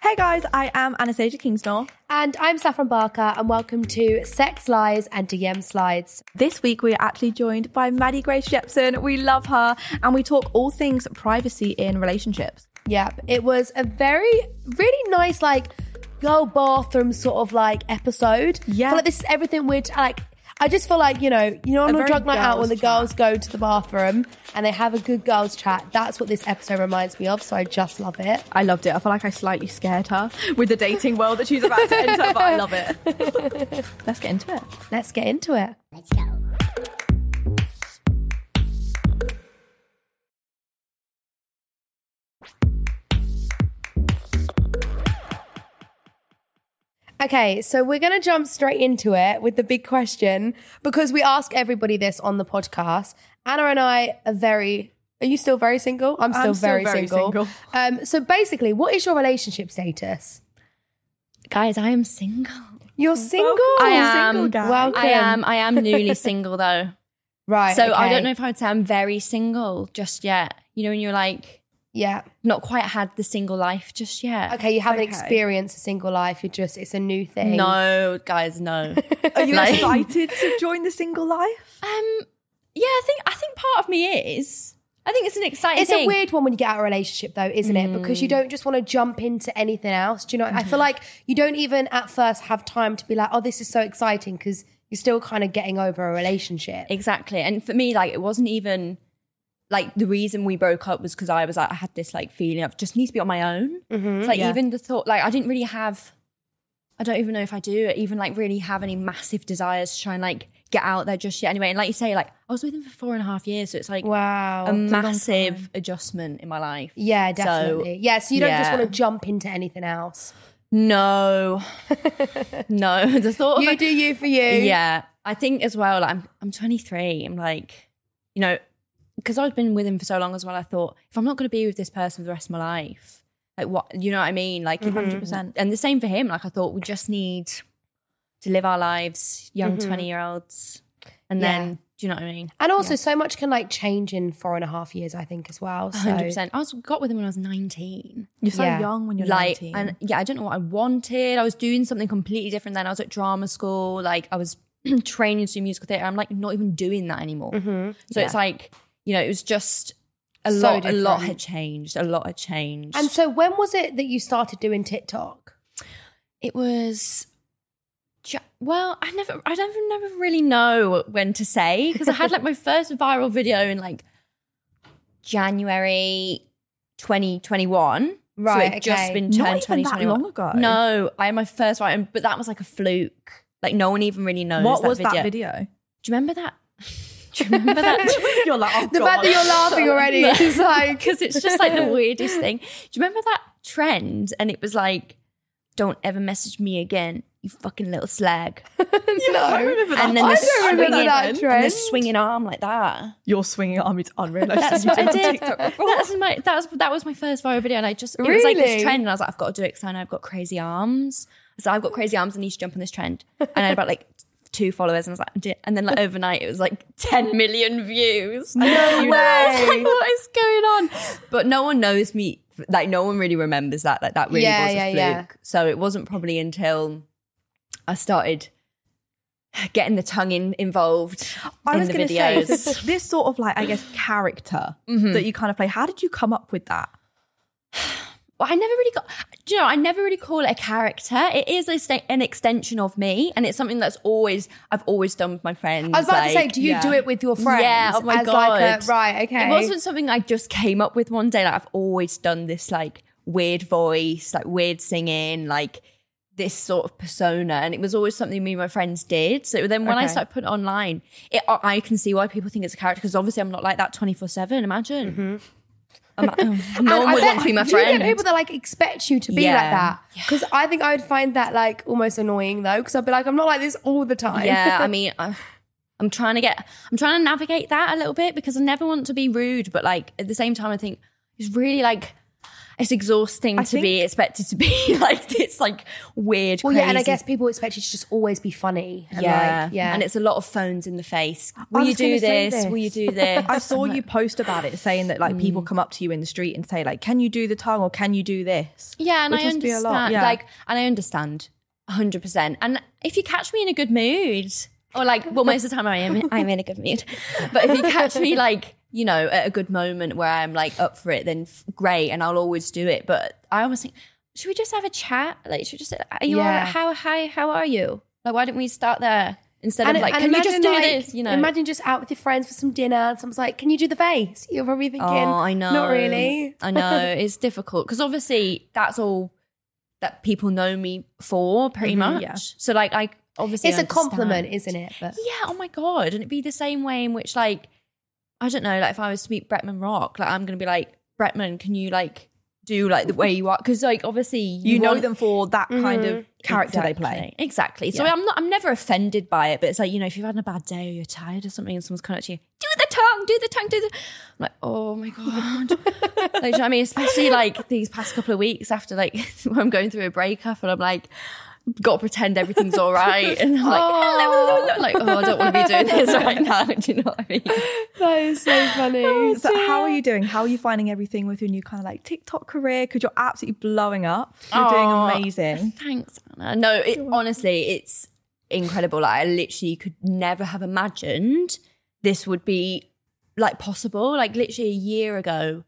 Hi guys, I am Anastasia Kingsnor. And I'm Saffron Barker, and welcome to Sex Lies and DM Slides. This week we are actually joined by Maddie Grace Jepson. We love her and we talk all things privacy in relationships. Yep, it was a very, really nice, like, girl bathroom sort of like episode. Yeah. I feel like this is everything we'd like. I just feel like, you know, you know, on A a very drug night out when the girls' girls go to the bathroom and they have a good girls' chat. That's what this episode reminds me of, so I just love it. I loved it. I feel like I slightly scared her with the dating world that she's about to enter, but I love it. Let's get into it. Let's get into it. Okay, so we're going to jump straight into it with the big question because we ask everybody this on the podcast. Anna and I are very. Are you still very single? I'm still, I'm still very, very single. single. Um, so basically, what is your relationship status? Guys, I am single. You're single. I am. Single guy. Welcome. I am. I am newly single though. Right. So I um, okay. don't know if I would say I'm very single just yet. You know, when you're like Yeah. not quite had the single life just yet. Okay. You haven't Okay. experienced a single life. You're just. It's a new thing. No, guys, no. Um, Are you No. excited to join the single life? um, yeah, I think I think part of me is. I think it's an exciting. It's a thing. weird one when you get out of a relationship, though, isn't it? Because Mm. you don't just want to jump into anything else. Do you know? I Mm-hmm. feel like you don't even at first have time to be like, "Oh, this is so exciting," because you're still kind of getting over a relationship. Exactly. And for me, like, it wasn't even like the reason we broke up was because I was like, I had this like feeling of just need to be on my own. It's like, Yeah. even the thought, like, I didn't really have, I don't even know if I do even like really have any massive desires to try and like get out there just yet. Anyway, and like you say, like, I was with him for four and a half years. So it's like Wow. a massive adjustment in my life. yeah, Um, So, definitely. yeah, so you don't just yeah. want to jump into anything else. No, no. The thought of You like, do you for you. Yeah, I think as well. Like, I'm I'm 23. I'm like, you know, because I've been with him for so long as well. I thought if I'm not going to be with this person for the rest of my life, like what you know what I mean? Like, 100%. and the same for him. Like, I thought we just need to live our lives, young 20 year olds, and Yeah. then do you know what I mean? And also, so much can like change in four and a half years, I think, as well. So, 100. percent I was got with him when I was 19. You're so Yeah. young when you're like 19. and yeah i don't know what i wanted i was doing something completely different then i was at drama school like i was training to do musical theater i'm like not even doing that anymore so it's like you know it was just a So lot a lot different. had changed a lot had changed and so, when was it that you started doing TikTok? it was ju- well i never i never never really know when to say because i had like my first viral video in like january 2021 Right, so it just okay. been Not turned even that 2021. long ago. No, I had my first one, but that was like a fluke. Like no one even really knows. what that was video. that video? Do you remember that? Do you remember that? you're like, oh, The fact that you're laughing already is like Because it's just like the weirdest thing. Do you remember that trend? And it was like, "Don't ever message me again, you fucking little slag." no. And then I the don't remember swinging, that and the trend. swinging arm like that. You're swinging your arm. It's unreal. That's what I did. That's my that was that was my first viral video, and I just it was like Really? this trend, and I was like, I've got to do it because I know I've got crazy arms. So I've got crazy arms. I need to jump on this trend. And I had about like two followers, and I was like, I did. and then like overnight, it was like ten million views. No way. like, what is going on? But no one knows me. Like no one really remembers that. Like that really Yeah, was a yeah, fluke. yeah. So it wasn't probably until I started getting the tongue in, involved I in was the going to say videos. Mm-hmm. this sort of like I guess character that you kind of play. How did you come up with that? Well, I never really got. Do you know? I never really call it a character. It is a sta- an extension of me, and it's something that's always I've always done with my friends. I was about to say, like- do you yeah. do it with your friends? Yeah, oh my as Like a, God. right, okay. It wasn't something I just came up with one day. Like I've always done this, like weird voice, like weird singing, like this sort of persona, and it was always something me and my friends did. So then when I Okay. started putting it online, it, I I can see why people think it's a character because obviously I'm not like that twenty four seven. Imagine. I'm, I'm- no And one Mm-hmm. I would bet- want to be my do you friend. get people that like expect you to be Yeah. like that? Because I think I would find that like almost annoying though, because I'd be like, I'm not like this all the time. yeah i mean I, i'm trying to get i'm trying to navigate that a little bit because i never want to be rude but like at the same time i think it's really like it's exhausting I to be think- expected to be like this, like weird. Well, yeah, and I crazy- guess people expect you to just always be funny. And yeah, like, yeah. and it's a lot of phones in the face. Will was you do gonna say this? Will you this. do this? Mm. I saw you post about it saying that like people come up to you in the street and say like, "Can you do the tongue or can you do this?" Yeah, and Which I must be a understand. lot, yeah. Like, and I understand, hundred percent. And if you catch me in a good mood, or like, well, most of the time I am, I'm in a good mood. But if you catch me, like, you know, at a good moment where I'm like up for it, then f- great, and I'll always do it. But I almost think, should we just have a chat? Like, should we just? Are you? all Yeah. right? How? Hi. How are you? Like, why don't we start there instead of like, can you just do imagine, like, this? You know. imagine just out with your friends for some dinner, and someone's like, "Can you do the face?" You're probably thinking, Oh, I know. not really." I know. It's difficult because obviously that's all that people know me for, pretty much. yeah. So, like, I obviously Mm-hmm, It's a understand. compliment, isn't it? But Yeah. Oh my god! And it'd be the same way in which, like, I don't know, like if I was to meet Bretman Rock, like I'm gonna be like, Bretman, can you like do like the way you are? Because like obviously You, know want- Mm-hmm. them for that kind of character they play. Exactly. So I'm not I'm never offended by it, but it's like, you know, if you've had a bad day or you're tired or something and someone's coming up to you, do the tongue, do the tongue, do the I'm like, oh my God. like, do you know what I mean? Especially like these past couple of weeks after like when I'm going through a breakup and I'm like Got to pretend everything's all right, and I'm like, hello, hello, hello. like, oh, I don't want to be doing this right now. Do you know what I mean? that is so funny. So how are you doing? How are you finding everything with your new kind of like TikTok career? Because you're absolutely blowing up. You're Aw. doing amazing. Thanks, Anna. No, it, honestly, it's incredible. Like, I literally could never have imagined this would be like possible. Like literally a year ago,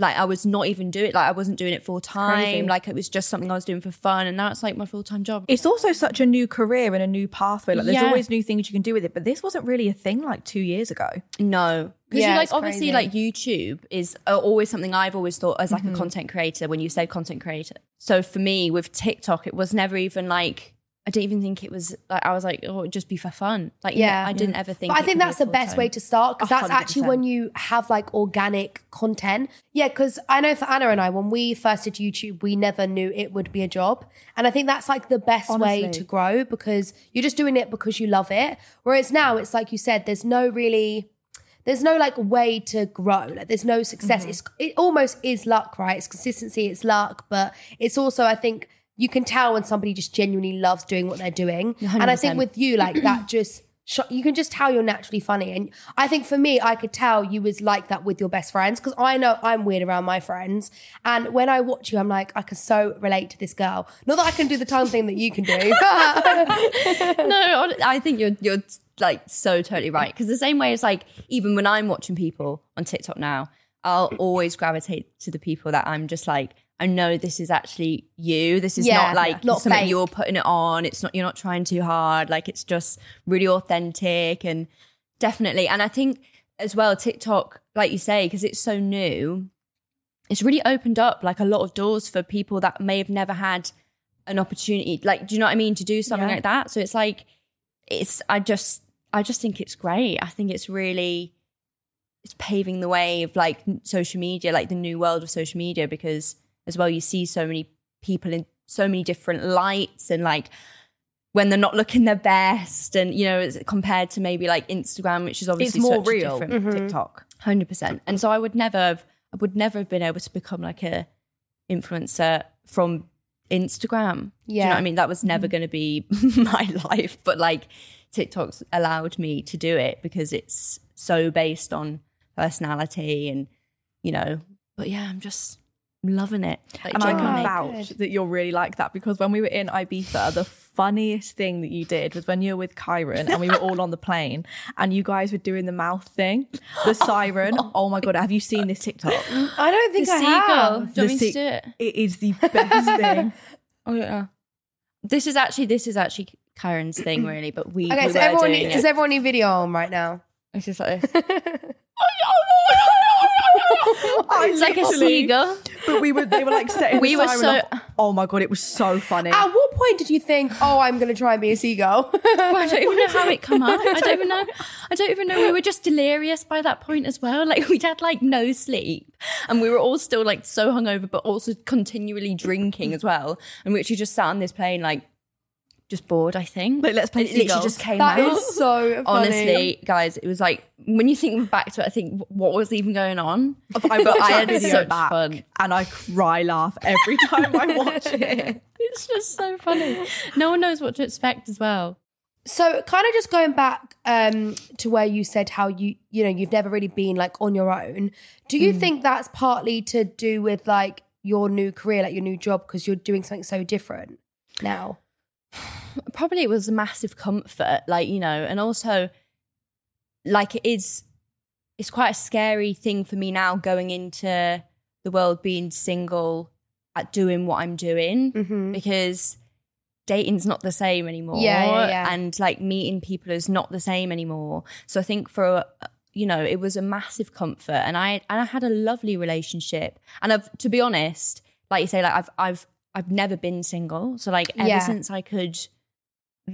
like I was not even doing like I wasn't doing it full crazy. time. Like it was just something I was doing for fun, and now it's like my full time job. It's also such a new career and a new pathway. Like there's Yeah. always new things you can do with it. But this wasn't really a thing like two years ago. No, because Yeah, you like it's obviously crazy. like YouTube is uh, always something I've always thought as like Mm-hmm. a content creator when you said content creator. So for me with TikTok, it was never even like I didn't even think it was like I was like oh it'd just be for fun. Like yeah, Yeah. I didn't ever think. But I it think could be that's a the best full-time. way to start because that's actually 100%. when you have like organic content. Yeah, because I know for Anna and I, when we first did YouTube, we never knew it would be a job. And I think that's like the best way Honestly. to grow because you're just doing it because you love it. Whereas now it's like you said, there's no really. There's no like way to grow. Like there's no success. It's it almost is luck, right? It's consistency, it's luck, but it's also I think you can tell when somebody just genuinely loves doing what they're doing. And I think 100%. with you, like that just sh- you can just tell you're naturally funny. And I think for me, I could tell you was like that with your best friends because I know I'm weird around my friends. And when I watch you, I'm like, I can so relate to this girl. Not that I can do the tongue thing that you can do. no, hon- I think you're you're like so totally right. Because the same way as like even when I'm watching people on TikTok now, I'll always gravitate to the people that I'm just like. I know this is actually you. This is Yeah, not like not something fake. you're putting it on. It's not you're not trying too hard. Like it's just really authentic and definitely. And I think as well TikTok, like you say, because it's so new, it's really opened up like a lot of doors for people that may have never had an opportunity like do you know what i mean to do something Yeah. like that so it's like it's i just i just think it's great i think it's really it's paving the way of like n- social media like the new world of social media because as well you see so many people in so many different lights and like when they're not looking their best and you know it's compared to maybe like instagram which is It's obviously more such a real Mm-hmm. different- TikTok. Hundred percent. And so I would never have I would never have been able to become like a influencer from Instagram. Do you Yeah. know what I mean? That was never gonna be my life. But like TikTok's allowed me to do it because it's so based on personality and you know, but yeah, I'm just loving it. Like, And I do you know what can mean? vouch that you're really like that because when we were in Ibiza, the funniest thing that you did was when you were with Kyron and we were all on the plane and you guys were doing the mouth thing, the siren. Oh my God, have you seen this TikTok? I don't think the I seagull. have. Do The you want me se- to do it? It is the best thing. Oh yeah. This is actually this is actually Karen's thing really, but we, Okay, we so were everyone doing need, is it. everyone need video on right now? It's just like this. it's like a Literally. seagull. But we were they were like setting We the were siren so- off. Oh my god, it was so funny. At what point did you think, oh, I'm going to try and be a seagull? I don't even know how it come up. I don't even know. I don't even know. We were just delirious by that point as well. Like we'd had like no sleep, and we were all still like so hungover, but also continually drinking as well. And we actually just sat on this plane like just bored, I think. Like, let's play It literally seagulls. just came That out. is so funny. Honestly, guys, it was like when you think back to it, I think what was even going on? I, But I had had so such much fun. fun, and I cry laugh every time I watch it. It's just so funny. No one knows what to expect as well. So kind of just going back um, to where you said how you you know you've never really been like on your own. Do you think that's partly to do with like your new career, like your new job, because you're doing something so different now? probably it was a massive comfort, like, you know, and also like it is it's quite a scary thing for me now going into the world being single at doing what I'm doing Mm-hmm. because dating's not the same anymore. Yeah, yeah, yeah. And like meeting people is not the same anymore. So I think for a, you know, it was a massive comfort and I and I had a lovely relationship. And I've to be honest, like you say, like I've I've I've never been single. So like ever Yeah. since I could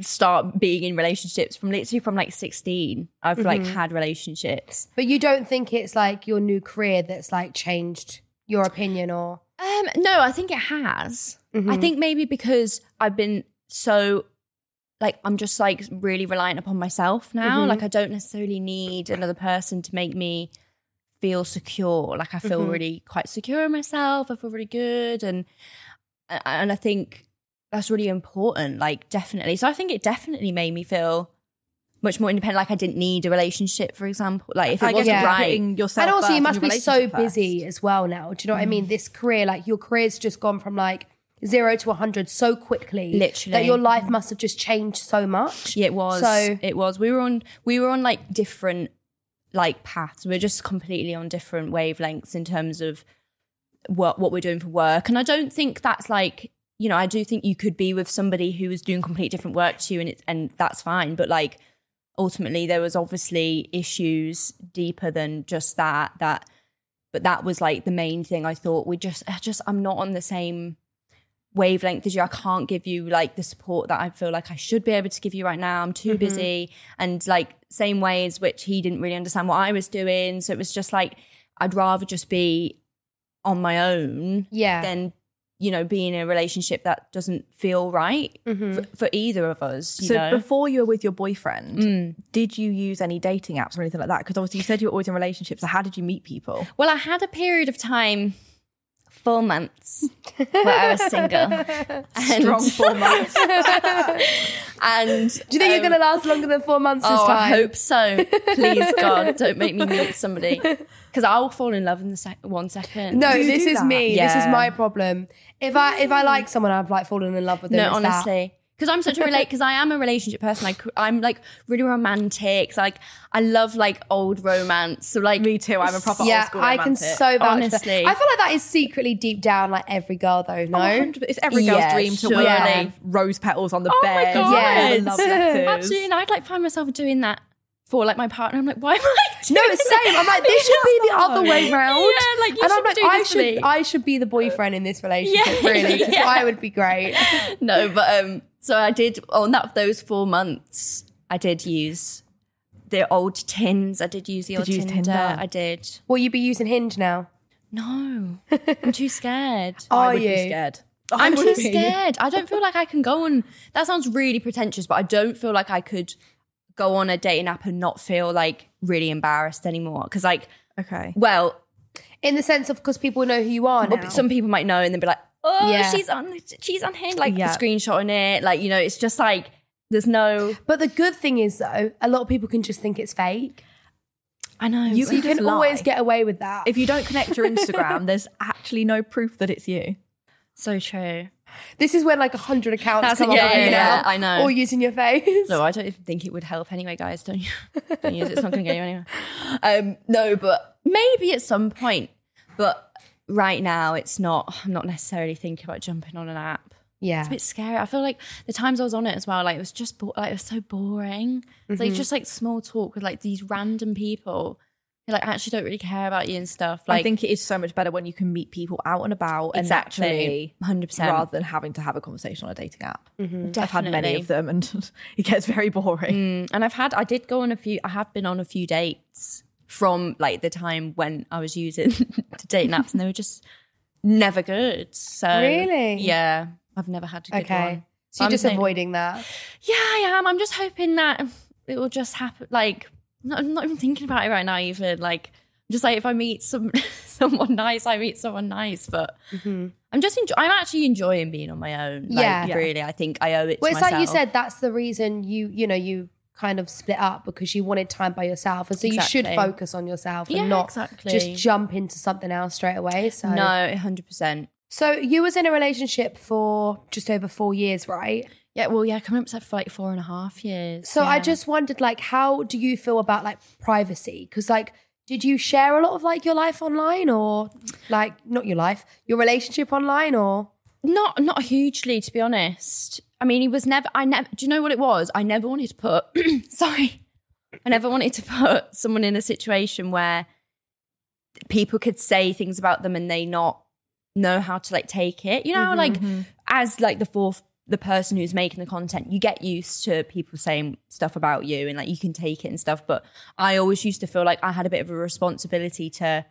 start being in relationships from literally from like 16 i've like had relationships But you don't think it's like your new career that's like changed your opinion or Um, no, I think it has. Mm-hmm. I think maybe because I've been so like I'm just like really reliant upon myself now. Mm-hmm. Like I don't necessarily need another person to make me feel secure. Like I feel Mm-hmm. really quite secure in myself. I feel really good and and I think that's really important. Like definitely. So I think it definitely made me feel much more independent. Like I didn't need a relationship, for exple. Like if it I guess wasn't you're right. putting yourself and also first you and must your be so relationship first. busy as well now. Do you know what I Mm. mean? This career, like your career's just gone from like zero to hundred so quickly, Literally. that your life must have just changed so much. Yeah, it was. So- it was. We were on we were on like different like paths. We are just completely on different wavelengths in terms of what what we're doing for work. And I don't think that's like you know I do think you could be with somebody who is doing completely different work to you, and it, and that's fine. But like ultimately, there was obviously issues deeper than just that. That but that was like the main thing. I thought we just I just I'm not on the same wavelength as you. I can't give you like the support that I feel like I should be able to give you right now. I'm too busy. And like same ways which he didn't really understand what I was doing. So it was just like I'd rather just be on my own Yeah. than you know be in a relationship that doesn't feel right for, for either of us. You So know? before you Mm. were with your boyfriend, did you use any dating apps or anything like that? Because obviously you said you were always in relationships. So how did you meet people? Well, I had a period of time, four months, where I was single. And, Strong four months. And Do you think you're going to last longer than four months this um, oh, time? I hope so. Please, God, don't make me meet somebody because I'll fall in love in the sec- one second. no, Do you this do is that? me. This is Yeah. Mm. my problem. If I if I like someone, I've like fallen in love with them. no, It's that. honestly, because I'm such a relate because I am a relationship person. I, cr- I'm like really romantic. So, like I love like old romance. So like Me too. I'm a proper yeah, old school I can romantic. so vouch for Honestly. that. I feel like that is secretly deep down, like every girl though. No, 100 It's every girl's Yeah, dream to surely. wear like, rose petals on the Oh my bed. God. Yeah, love letters. absolutely, and I'd like find myself doing that for like my partner. I'm like, why am I? Doing No, it's same. I'm like, this should be the other way round. Yeah, like, you and I'm should like, do I this for should, me. I should be the boyfriend in this relationship. Yeah, really, 'cause yeah. I would be great. no, but um, so I did on that those four months. I did use the old tins. I did use the old you use Tinder. Tinder? I did. Will you be using Hinge now? No, I'm too scared. I Are would you? be scared. I I'm would too be. scared. I don't feel like I can go on. That sounds really pretentious, but I don't feel like I could go on a dating app and not feel like really embarrassed anymore. Because like, Okay. well, In the sense of because people know who you are now. some people might know and then be like, oh, Yeah. she's on, she's on here, like Yeah. screenshotting it, like you know, it's just like there's no. but the good thing is though, a lot of people can just think it's fake. I know You so can You can Just lie. always get away with that. If you don't connect your Instagram, there's actually no proof that it's you. so true. this is when like hundred accounts That's- come up yeah, on you yeah, now, yeah, I know. All using your face. No, I don't even think it would help anyway, guys. Don't you? Don't use it. It's not going to get you anywhere. Um, no, but maybe at some point. But right now, it's not. I'm not necessarily thinking about jumping on an app. Yeah. It's a bit scary. I feel like the times I was on it as well, like it was just bo- like it was so boring. It's like just like small talk with like these random people who like actually don't really care about you and stuff. Like I think it is so much better when you can meet people out and about exactly, and hundred naturally, rather percent. than having to have a conversation on a dating app. Mm-hmm. I've I've had many of them, and it gets very boring. and I've had I did go on a few I have been on a few dates from like the time when I was using dating apps and they were just never good. So Really? Yeah. I've never had a good okay. one. So you're I'm just saying- avoiding that. Yeah, I am. I'm just hoping that it will just happen. Like, I'm not, I'm not even thinking about it right now. Even like, I'm just like if I meet some someone nice, I meet someone nice. But I'm just enjoy- I'm actually enjoying being on my own. Like, Mm-hmm. Yeah. Yeah. really. I think I owe it. Well, to it's like you myself. said, that's the reason you, you know, you kind of split up because you wanted time by yourself. And so you should Exactly. focus on yourself and Yeah, not exactly. just jump into something else straight away. So No, hundred percent. So you was in a relationship for just over four years, right? Yeah, well, yeah, coming up to like four and a half years. So I yeah. just wondered, like, how do you feel about like privacy? Because like, did you share a lot of like your life online, or like not your life, your relationship online, or not not hugely to be honest i mean he was never i never do you know what it was i never wanted to put sorry i never wanted to put someone in a situation where people could say things about them and they not know how to like take it you know how, like as like the fourth the person who's making the content you get used to people saying stuff about you and like you can take it and stuff but i always used to feel like i had a bit of a responsibility to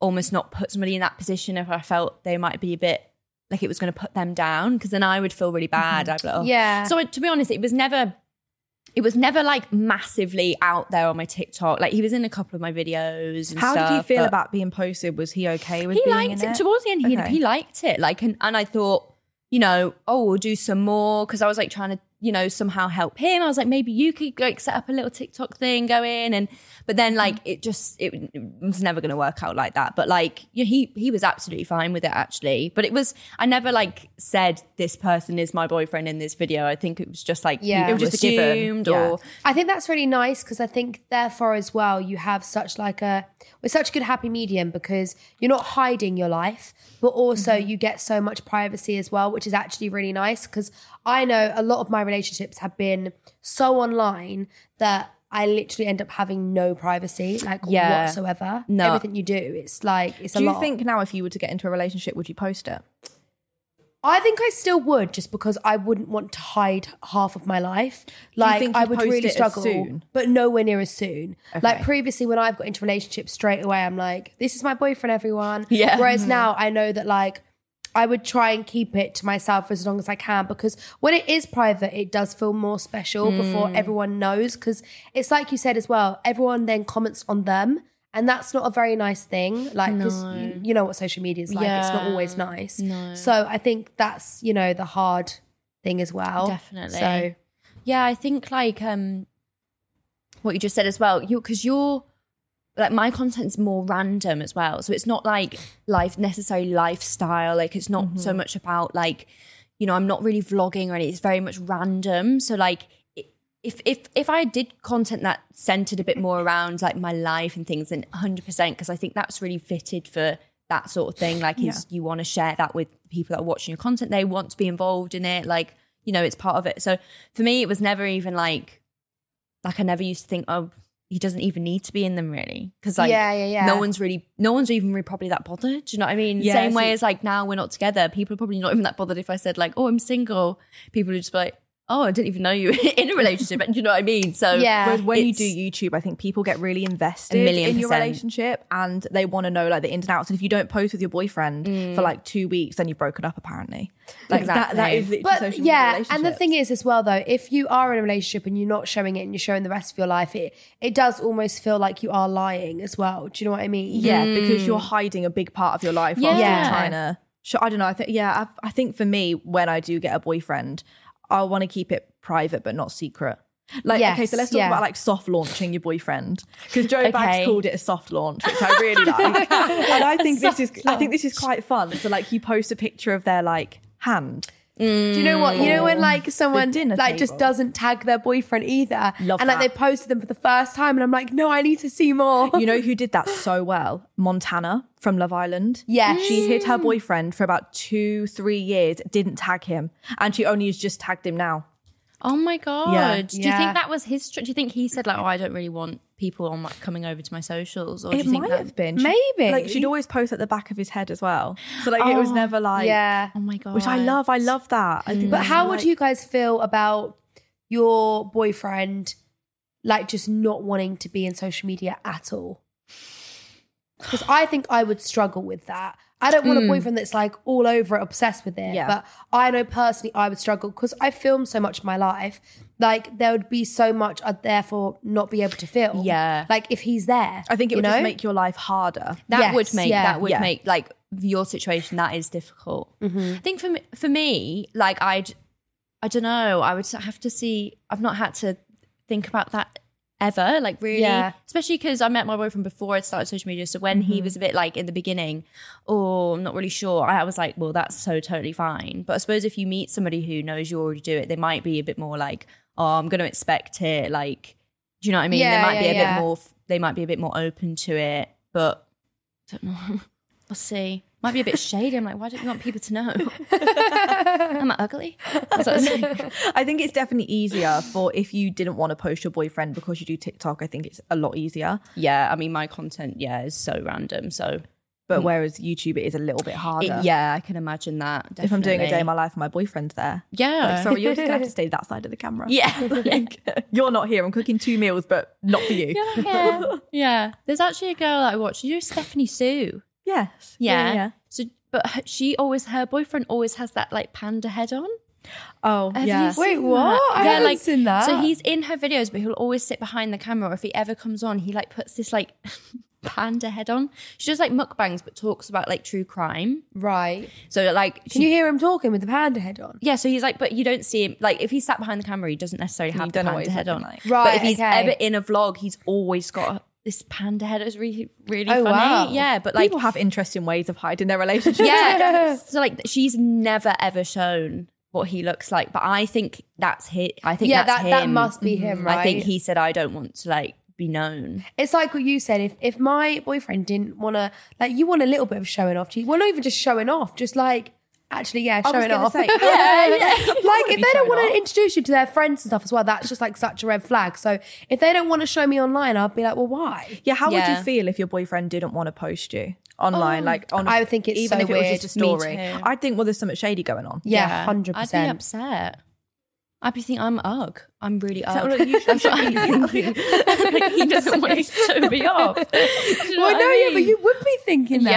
almost not put somebody in that position if i felt they might be a bit like it was going to put them down because then i would feel really bad i'd be like oh. Yeah. so to be honest it was never it was never like massively out there on my tiktok like he was in a couple of my videos and How did he stuff, feel but- about being posted? Was he okay with he being liked in it. towards the end he, Okay. he liked it like and, and i thought you know oh we'll do some more because i was like trying to you know somehow help him i was like maybe you could like set up a little tiktok thing go in and but then like it just it, was never going to work out like that but like yeah, he he was absolutely fine with it actually but it was i never like said this person is my boyfriend in this video i think it was just like Yeah. it was just assumed given. or I think that's really nice because I think therefore as well you have such like a we're such a good happy medium because you're not hiding your life, but also Mm-hmm. you get so much privacy as well, which is actually really nice because I know a lot of my relationships have been so online that I literally end up having no privacy, like Yeah. whatsoever. No. Everything you do, it's like it's Do a you lot. think now if you were to get into a relationship, would you post it? I think I still would just because I wouldn't want to hide half of my life. you Like think I you'd would post really it as struggle, soon? but nowhere near as soon. Like Okay. previously, when I've got into relationships straight away, I'm like, "This is my boyfriend, everyone." Yeah. Mm-hmm. Whereas now, I know that like I would try and keep it to myself for as long as I can because when it is private, it does feel more special Mm. before everyone knows. Because it's like you said as well, everyone then comments on them. And that's not a very nice thing. Like, 'cause you, you know what social media is like. It's not Yeah. always nice. So I think that's, you know, the hard thing as well. Definitely. So Yeah, I think like um what you just said as well, you because you're like my content's more random as well. So it's not like life necessarily lifestyle. Like it's not so much about like, you know, I'm not really vlogging or anything. It's very much random. So like i- if if if I did content that centered a bit more around like my life and things then 100% because I think that's really fitted for that sort of thing like is you want to share that with the people that are watching your content they want to be involved in it like you know it's part of it so for me it was never even like like I never used to think, oh, he doesn't even need to be in them really, because like Yeah, yeah, yeah. no one's really, no one's even really probably that bothered. Do you know what I mean? Yeah, Same so- way as like now we're not together, people are probably not even that bothered if I said like, oh, I'm single. People would just be like, oh, I didn't even know you were in a relationship. Do you know what I mean? So Yeah. Whereas when you it's- do YouTube, I think people get really invested A million in your percent. relationship and they want to know like the ins and outs. And if you don't post with your boyfriend for like two weeks, then you've broken up apparently. Like that, that Mm. Exactly. is literally but social yeah, media and the thing is as well though, if you are in a relationship and you're not showing it and you're showing the rest of your life, it it does almost feel like you are lying as well. Do you know what I mean? yeah, because Mm. you're hiding a big part of your life. Yeah, Yeah. yeah. trying to. Sure, I don't know. I think yeah, I, I think for me, when I do get a boyfriend, I want to keep it private but not secret. Like okay, Yes, so let's talk yeah. about like soft launching your boyfriend because Joe Okay. Bags called it a soft launch, which I really like, and I think this is I think this is quite fun. So like you post a picture of their like hand. Do you know what? You know when like someone Mm. dinner like just table. doesn't tag their boyfriend either, Love and that. like they posted them for the first time, and I'm like, no, I need to see more. You know who did that so well? Montana from Love Island. Yes. Mm. She hid her boyfriend for about two, three years, didn't tag him, and she only has just tagged him now. oh my god, Yeah. do you Yeah. think that was his? tr- Do you think he said like, oh, I don't really want people on like coming over to my socials? Or do It you think might that? have been. Maybe. Like she'd always post at the back of his head as well. So like it was never like yeah. Oh my god, Which I love. I love that. I think But how would you guys feel about your boyfriend like just not wanting to be in social media at all? Because I think I would struggle with that. I don't Hmm. want a boyfriend that's like all over it, obsessed with it. Yeah. But I know personally I would struggle because I film so much of my life. Like there would be so much I'd therefore not be able to film. Yeah. Like if he's there. I think it you would know? just make your life harder. that Yes, would make yeah. Mm-hmm. that would Yeah. make like your situation that is difficult i think for me, for me like i'd i don't know i would have to see i've not had to think about that ever like really Yeah. Mm-hmm. especially because i met my boyfriend before i started social media so when he was a bit like in the beginning oh i'm not really sure i was like well that's so totally fine but i suppose if you meet somebody who knows you already do it they might be a bit more like oh i'm gonna expect it like do you know what i mean Yeah, they might yeah, be a yeah. bit more they might be a bit more open to it but We'll see. Might be a bit shady. I'm like, why don't you want people to know? Am I ugly? That's what I'm saying. I think it's definitely easier for if you didn't want to post your boyfriend because you do TikTok. I think it's a lot easier. Yeah, I mean, my content, yeah, is so random. So, But whereas YouTube, it is a little bit harder. it- Mm. yeah, I can imagine that. If I'm doing a day in definitely. my life, my boyfriend's there. yeah, Sorry, you're just gonna have to stay that side of the camera. yeah, like, You're not here. I'm cooking two meals, but not for you. yeah, yeah. There's actually a girl that I watched. You know Stephanie Sue? Yes. Yeah. So, but her, she always her boyfriend always has that like panda head on. Oh, Have yeah. you seen Wait, that? what? I haven't seen that. So he's in her videos, but he'll always sit behind the camera. Or if he ever comes on, he like puts this like panda head on. She does like mukbangs, but talks about like true crime. Right. So like, Can you hear him talking with the panda head on? yeah. So he's like, but you don't see him. Like if he's sat behind the camera, he doesn't necessarily have the don't know what panda he's head on. looking like. Right, But if he's okay. ever in a vlog, he's always got this panda head. It's really really Oh, funny. wow. Yeah, but like People have interesting ways of hiding their relationship. yeah. so like she's never ever shown what he looks like, but I think that's his. I think Yeah, that's that, that him. Mm-hmm. must be him, right? I think he said I don't want to like be known. It's like what you said. If if my boyfriend didn't want to, like, you want a little bit of showing off. Do you? Well, not even just showing off. Just like, actually, yeah, I was showing gonna off. say, like, yeah, if they don't showing want off. to introduce you to their friends and stuff as well, that's just like such a red flag. So if they don't want to show me online, I'll be like, well, why? Yeah, how would Yeah. you feel if your boyfriend didn't want to post you online? like on, Oh, I would think it's even so if it was weird. just a Me story. too. I'd think, well, there's something shady going on. Yeah, hundred I'd be percent. upset. I'd be thinking I'm ugh. I'm really So, ugh. look, you should- like, he doesn't want to show me off. Well, no, yeah, but you would be thinking that.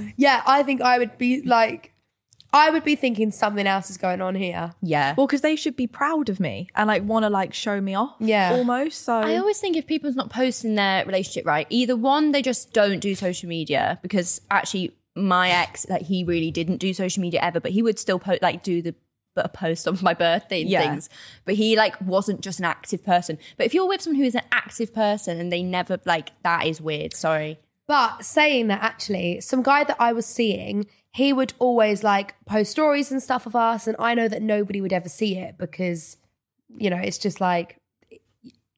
Yeah. yeah. I think I would be like, I would be thinking something else is going on here. Yeah. well, because they should be proud of me and like want to like show me off. Yeah. almost. So I always think if people's not posting their relationship right, either one, they just don't do social media because actually my ex, like he really didn't do social media ever, but he would still post like do the but a post on my birthday and Yeah. things. But he like wasn't just an active person. But if you're with someone who is an active person and they never like that is weird. Sorry. But saying that, actually, some guy that I was seeing, he would always like post stories and stuff of us, and I know that nobody would ever see it because, you know, it's just like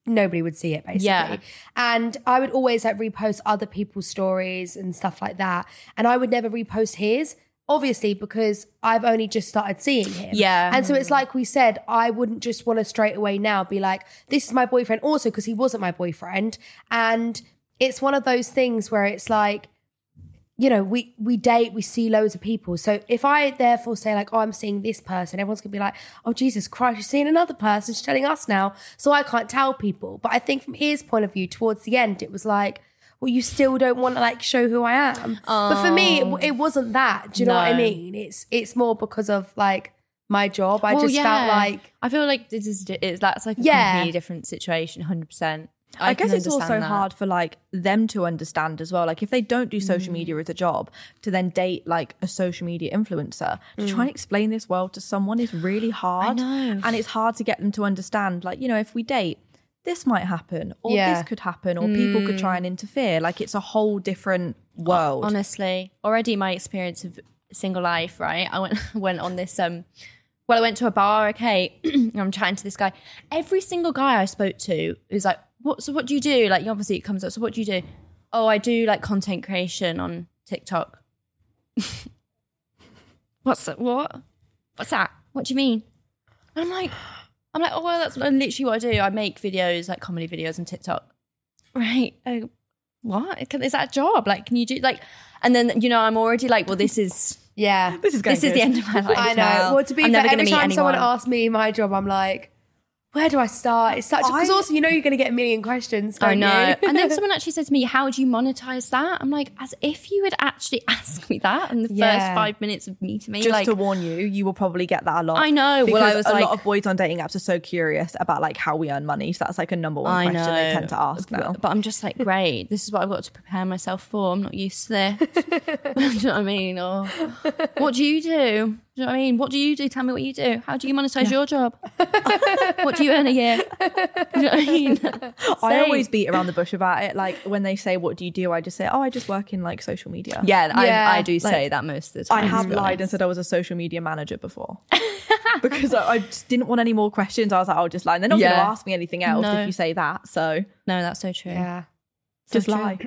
nobody would see it basically. Yeah. And I would always like repost other people's stories and stuff like that, and I would never repost his. Obviously, because I've only just started seeing him. Yeah. And so it's like we said, I wouldn't just want to straight away now be like, this is my boyfriend, also because he wasn't my boyfriend. And it's one of those things where it's like, you know, we we date, we see loads of people. So if I therefore say like, oh, I'm seeing this person, everyone's gonna be like, oh Jesus Christ, you're seeing another person. She's telling us now, so I can't tell people. But I think from his point of view, towards the end, it was like, well, you still don't want to like show who I am. But for me, it, it wasn't that. Do you know what I No. mean? It's it's more because of like my job. I just felt like I feel like this is it's, that's like a Yeah. completely different situation, hundred percent. I, guess it's also hard for like them to understand as well. Like if they don't do Mm. social media as a job, to then date like a social media influencer to try and explain this world to someone is really hard. Mm. know. And it's hard to get them to understand. Like you know, if we date, this might happen, or Yeah. this could happen, or people could Mm. try and interfere. Like it's a whole different world. honestly already my experience of single life right i went went on this um well i went to a bar okay and i'm chatting to this guy every single guy i spoke to was like what so what do you do like obviously it comes up so what do you do oh i do like content creation on tiktok what's that what what's that what do you mean i'm like i'm like oh well that's literally what i do i make videos like comedy videos on tiktok right oh what Can- is that a job like can you do like and then you know i'm already like well this is yeah. this is going this is good. the end of my life I know. now. Well, to be I'm fair, never gonna every meet time someone anyone. asks me my job, I'm like, where do I start? It's such because I- also you know you're going to get a million questions. I don't know. you? and then someone actually said to me, How do you monetize that? I'm like, As if you had actually asked me that in the Yeah. first five minutes of meeting me. Just like, to warn you, you will probably get that a lot. I know. Because Well, I was a like- lot of boys on dating apps are so curious about like how we earn money. So that's like a number one I question know. they tend to ask now. But I'm just like, Great, this is what I've got to prepare myself for. I'm not used to this. do you know what I mean? Or what do you do? Do you know what I mean? What do you do? Tell me what you do. How do you monetize your job? what do you earn a year? Do you know what I mean? I Same. always beat around the bush about it. Like when they say, "What do you do?" I just say, "Oh, I just work in like social media." Yeah, Yeah. I, I do say that most of the time. I have to be lied and honest. said I was a social media manager before because I, I just didn't want any more questions. I was like, "I'll just lie." And they're not going Yeah. to ask me anything else No. if you say that. So No, that's so true. yeah. just true. lie,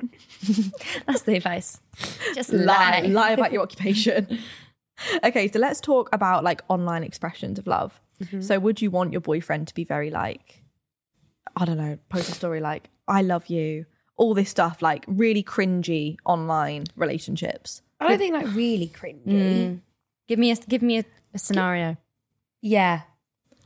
That's the advice. Just lie, lie about your occupation. okay, so let's talk about like online expressions of love. Mm-hmm. So, would you want your boyfriend to be very like, I don't know, post a story like "I love you," all this stuff, like really cringy online relationships? I don't think like really cringy. Give me a give me a, a scenario. Yeah.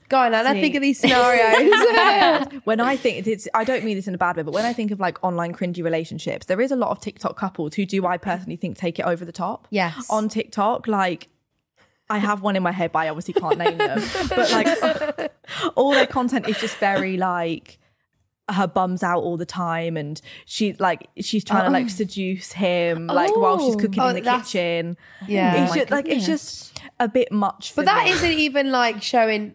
Go on, Anna. See. Think of these scenarios. when I think it's, I don't mean this in a bad way, but when I think of like online cringy relationships, there is a lot of TikTok couples who do, I personally think, take it over the top. Yes. On TikTok, like, I have one in my head, but I obviously can't name them. But like, all their content is just very like, her bum's out all the time, and she's like, she's trying to like seduce him, like while she's Oh. cooking Oh, in the that's- kitchen. yeah. it's just, like it's just a bit much. For But that me. isn't even like showing.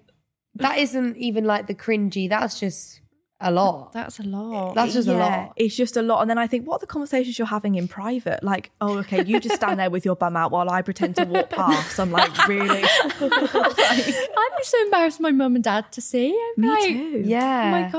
That isn't even like the cringy. That's just a lot. That's a lot. That's just a lot. It's just a lot. And then I think, what are the conversations you're having in private? Like, oh, okay, you just stand there with your bum out while I pretend to walk past. I'm like, really? I'd be so embarrassed my mum and dad to see. I'm Me like, too. Yeah. Oh my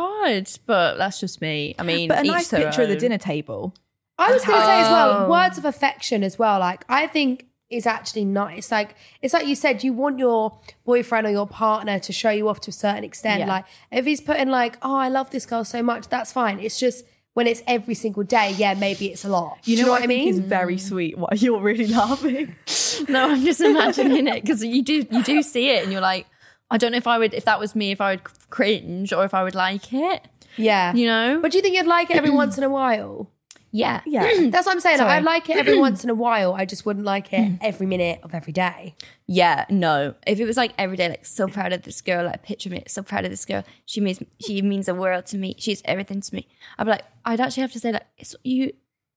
god! But that's just me. I mean, But a each nice their picture of the own. dinner table. I was going to say as well, words of affection as well. Like I think is actually nice. Like it's like you said, you want your boyfriend or your partner to show you off to a certain extent. Yeah. Like if he's putting like, oh, I love this girl so much, that's fine. It's just when it's every single day, yeah, maybe it's a lot. You know, what I think mean? Is very Mm. sweet. Why you're really laughing? No, I'm just imagining it because you do you do see it, and you're like, I don't know if I would if that was me if I would cringe or if I would like it. yeah. You know? But do you think you'd like it every once in a while? Yeah, Yeah. That's what I'm saying. Like, Sorry. I like it every once in a while. I just wouldn't like it every minute of every day. Yeah, no. If it was like every day, like so proud of this girl, like picture me, so proud of this girl. She means she means the world to me. She's everything to me. I'd be like, I'd actually have to say like it's you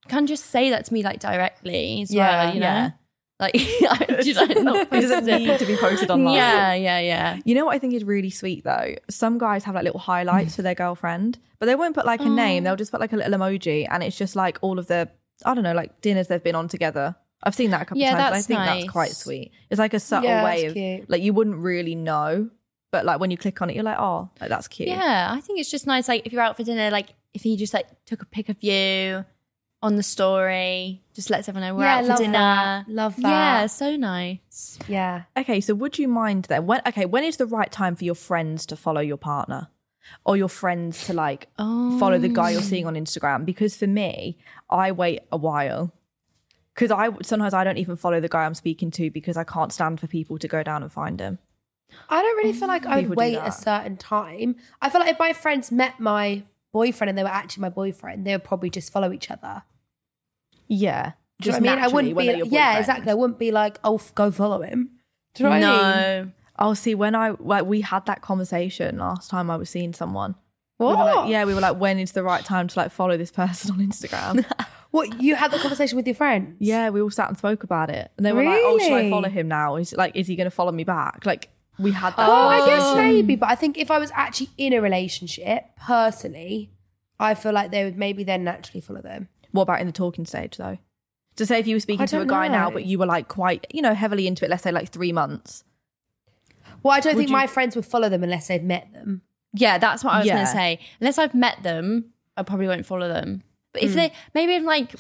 can't just say that to me like directly as Yeah, well, you know. yeah. Like I just like not It doesn't post it. need to be posted online. Yeah, yeah, yeah. You know what I think is really sweet though? Some guys have like little Mm. highlights for their girlfriend, but they won't put like a name. They'll just put like a little emoji and it's just like all of the, I don't know, like dinners they've been on together. I've seen that a couple Yeah, times. and I that's think nice. that's quite sweet. It's like a subtle Yeah, way that's of cute. like you wouldn't really know, but like when you click on it, you're like, oh, like, that's cute. Yeah, I think it's just nice. Like if you're out for dinner, like if he just like took a pic of you on the story, just lets everyone know we're Yeah, out for love dinner. that. Love Yeah, that. so nice. Yeah. Okay, so would you mind then? When okay, when is the right time for your friends to follow your partner, or your friends to like follow the guy you're seeing Um. on Instagram? Because for me, I wait a while because I sometimes I don't even follow the guy I'm speaking to because I can't stand for people to go down and find him. I don't really feel like I would People do wait that. a certain time. I feel like if my friends met my boyfriend and they were actually my boyfriend, they would probably just follow each other. Yeah, Do you know what I mean? I naturally wouldn't when be, they're your yeah, boyfriend. exactly. I wouldn't be like, oh, f- go follow him. Do you know what I mean? I'll Oh, see when I like we had that conversation last time I was seeing someone. We What? were like, yeah, we were like, when is the right time to like follow this person on Instagram? What? You had the conversation with your friends? Yeah, we all sat and spoke about it. And they were like, oh, should I Really? follow him now? Is like, is he going to follow me back? Like, we had Oh, that. Well, I guess conversation. maybe, but I think if I was actually in a relationship personally, I feel like they would maybe then naturally follow them. What about in the talking stage, though? To say if you were speaking I to a don't guy now, know. but you were like quite, you know, heavily into it, let's say like three months. Well, I don't think you- my friends would follow them unless they'd met them. Yeah, that's what I was Yeah. going to say. Unless I've met them, I probably won't follow them. But Hmm. if they, maybe I'm like,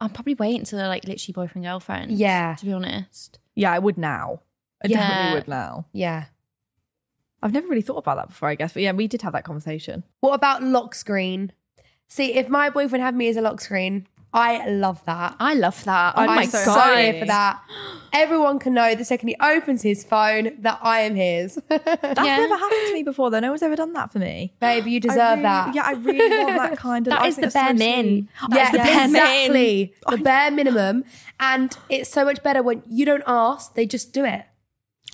I'll probably wait until they're like literally boyfriend girlfriend. Yeah. to be honest. Yeah, I would now. I Yeah. definitely would now. Yeah. I've never really thought about that before, I guess. But yeah, we did have that conversation. What about lock screen? See, if my boyfriend had me as a lock screen, I love that. I love that. Oh I'm my I'm so god. here for that. Everyone can know the second he opens his phone that I am his. That's Yeah. never happened to me before, though. No one's ever done that for me. Babe, you I deserve really- that. Yeah, I really want that kind of. That I is think the that's bare so sweet. min. Yeah, the bare min. exactly. The bare minimum. And it's so much better when you don't ask, they just do it.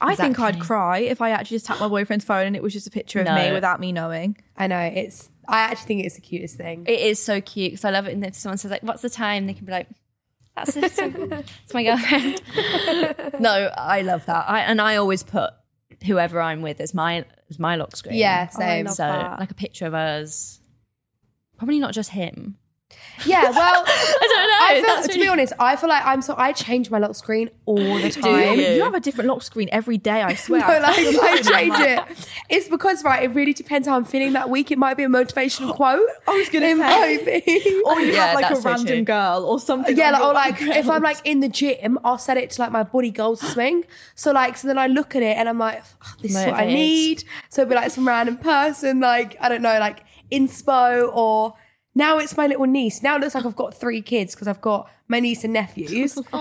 I think I'd Exactly. cry if I actually just tapped my boyfriend's phone and it was just a picture of No. me without me knowing. I know, it's I actually think it's the cutest thing. It is so cute because I love it. And if someone says like, "What's the time?" they can be like, "That's it. it's my girlfriend." no, I love that. I and I always put whoever I'm with as my as my lock screen. Yeah, Oh, I same. love so that. like a picture of us. Probably not just him. yeah, well I don't know. I feel, That's to be really- honest, I feel like I'm so I change my lock screen all the time. You? have a different lock screen every day, I swear. No, like, I change it. It's because, right, it really depends how I'm feeling that week. It might be a motivational quote. I was gonna It say. Oh might be. Or you Yeah, have like a that's so random true. girl or something. Yeah, on like, your or like background. if I'm like in the gym, I'll set it to like my body goals to swing. So like, so then I look at it and I'm like, "Oh, this is what I Motivated. need. So it'd be like some random person, like I don't know, like inspo or now it's my little niece. Now it looks like I've got three kids because I've got my niece and nephews. Next week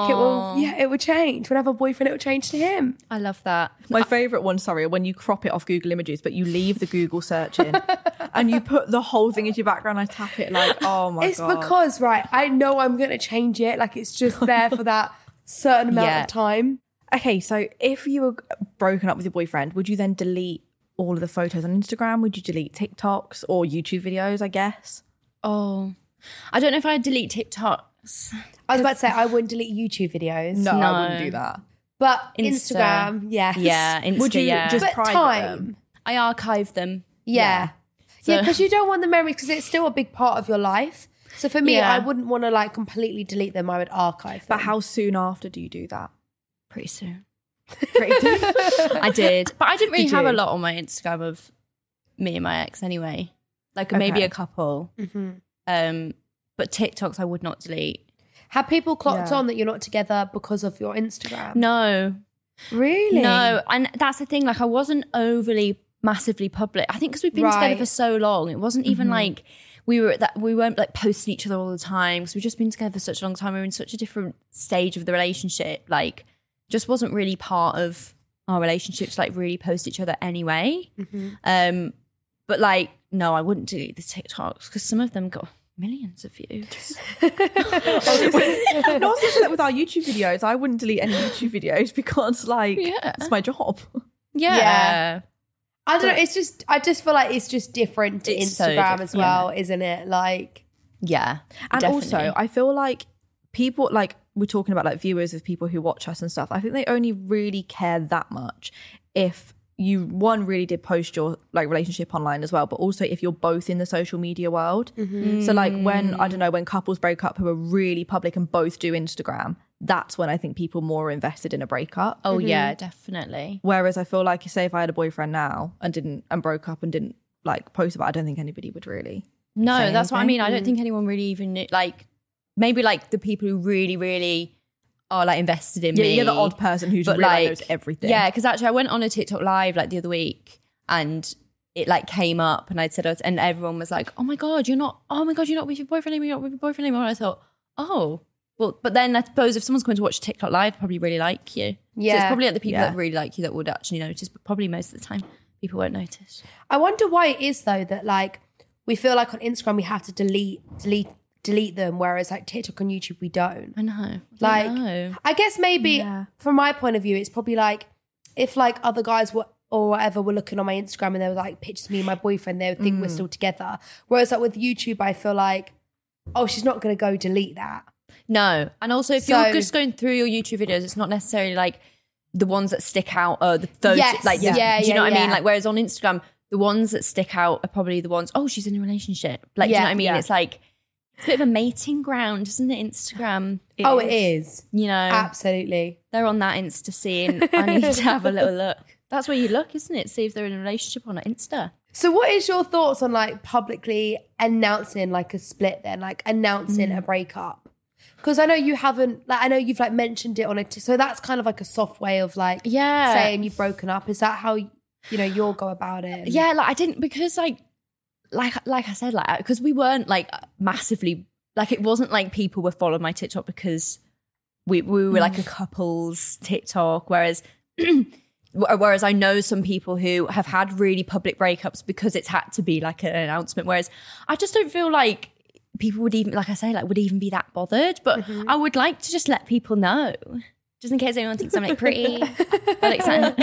it will, yeah, it will change. When I have a boyfriend, it will change to him. I love that. My favorite one, sorry, when you crop it off Google Images, but you leave the Google search in and you put the whole thing into your background. I tap it like, oh my it's god. because right, I know I'm gonna change it. Like it's just there for that certain amount Yeah. of time. okay, so if you were broken up with your boyfriend, would you then delete all of the photos on Instagram? Would you delete TikToks or YouTube videos? I guess. Oh, I don't know if I delete TikToks. I was about to say I wouldn't delete YouTube videos. I wouldn't do that. But Insta. Instagram, yes. Yeah, Insta, Would you yeah. just But private time. them? I archive them. Yeah. So- Yeah, because you don't want the memories because it's still a big part of your life. So for me, Yeah. I wouldn't want to like completely delete them. I would archive them. But how soon after do you do that? pretty soon. I did, but I didn't really Did have a you? lot on my Instagram of me and my ex anyway. Like maybe Okay. a couple. Um, but TikToks I would not delete. have people clocked Yeah. on that you're not together because of your Instagram? No, Really? no, and that's the thing. Like I wasn't overly massively public. I think because we've been Right. together for so long, it wasn't even like we were at that we weren't like posting each other all the time because we've just been together for such a long time. We were in such a different stage of the relationship. Like, just wasn't really part of our relationship to like really post each other anyway. Um, but like, no, I wouldn't delete the TikToks because some of them got millions of views. no, I was gonna say that with our YouTube videos, I wouldn't delete any YouTube videos because, like, Yeah. it's my job. Yeah. Yeah. I don't know. It's just I just feel like it's just different to It's so Instagram different, as well, isn't it? Like Yeah. And also, definitely. I feel like people, like we're talking about, like viewers of people who watch us and stuff. I think they only really care that much if you one really did post your like relationship online as well, but also if you're both in the social media world. Mm-hmm. So like when I don't know when couples break up who are really public and both do Instagram, that's when I think people more are invested in a breakup. Oh yeah, definitely. Whereas I feel like, say, if I had a boyfriend now and didn't and broke up and didn't like post about, it, I don't think anybody would really. No, Say that's what I anything? mean. I don't think anyone really even knew, like maybe like the people who really, really are like invested in Yeah, me. you're the odd person who's But, really like, knows everything. Yeah, because actually I went on a TikTok live like the other week and it like came up and I'd said I was, and everyone was like, Oh my god, you're not oh my god, you're not with your boyfriend anymore, you're not with your boyfriend anymore. And I thought, Oh, well, but then I suppose if someone's going to watch TikTok live, they probably really like you. So it's Yeah. probably like the people Yeah. that really like you that would actually notice, but probably most of the time people won't notice. I wonder why it is though that like we feel like on Instagram we have to delete delete delete them, whereas like TikTok and YouTube we don't. I know. I don't Like know. I guess maybe Yeah. from my point of view, it's probably like if like other guys were or whatever were looking on my Instagram and they were like pictures of me and my boyfriend, they would think we're still together. Whereas like with YouTube, I feel like, oh, she's not gonna go delete that. No. And also, if So- you're just going through your YouTube videos, it's not necessarily like the ones that stick out are the, those, Yes. like, Yeah. yeah. Yeah, do you yeah, know what I mean? yeah. Like, whereas on Instagram, the ones that stick out are probably the ones, oh, she's in a relationship. Like, do you Yeah, know what I mean? yeah. It's like, it's a bit of a mating ground, isn't it? Instagram, oh, uh, it is. you know, Absolutely. they're on that Insta scene. I need to have a little look. That's where you look, isn't it? See if they're in a relationship or not. Insta. So what is your thoughts on like publicly announcing like a split then, like announcing Mm. a breakup? Because I know you haven't, like, I know you've like mentioned it on a, t- so that's kind of like a soft way of like, Yeah. saying you've broken up. Is that how you know you'll go about it? And- yeah like i didn't because like like like i said like because we weren't like massively Like it wasn't like people were following my TikTok because we we were Mm. like a couple's TikTok. Whereas wh- whereas I know some people who have had really public breakups because it's had to be like an announcement. Whereas I just don't feel like people would even like I say like would even be that bothered. But Mm-hmm. I would like to just let people know. Just in case anyone thinks I'm like pretty, I look sad.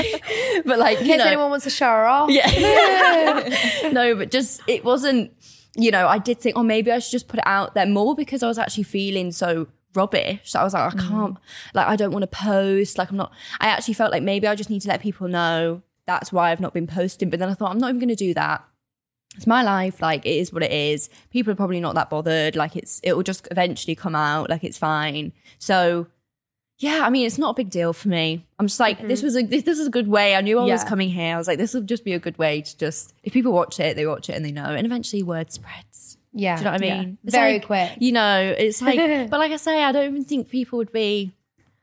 but like In you case know, anyone wants to show her off. yeah. no, but just it wasn't, you know, I did think, oh, maybe I should just put it out there more because I was actually feeling so rubbish. So I was like, I can't, like, I don't want to post. Like, I'm not, I actually felt like maybe I just need to let people know that's why I've not been posting. But then I thought, I'm not even going to do that. It's my life. Like, it is what it is. People are probably not that bothered. Like, it's, it will just eventually come out. Like, it's fine. So, yeah, I mean, it's not a big deal for me. I'm just like, this was a this, this is a good way. I knew I was Mm-hmm. Yeah. coming here. I was like, this would just be a good way to just if people watch it, they watch it and they know, and eventually word spreads. Yeah. Do you know what I Yeah. mean? It's Very like, quick. You know, it's like, but like I say, I don't even think people would be.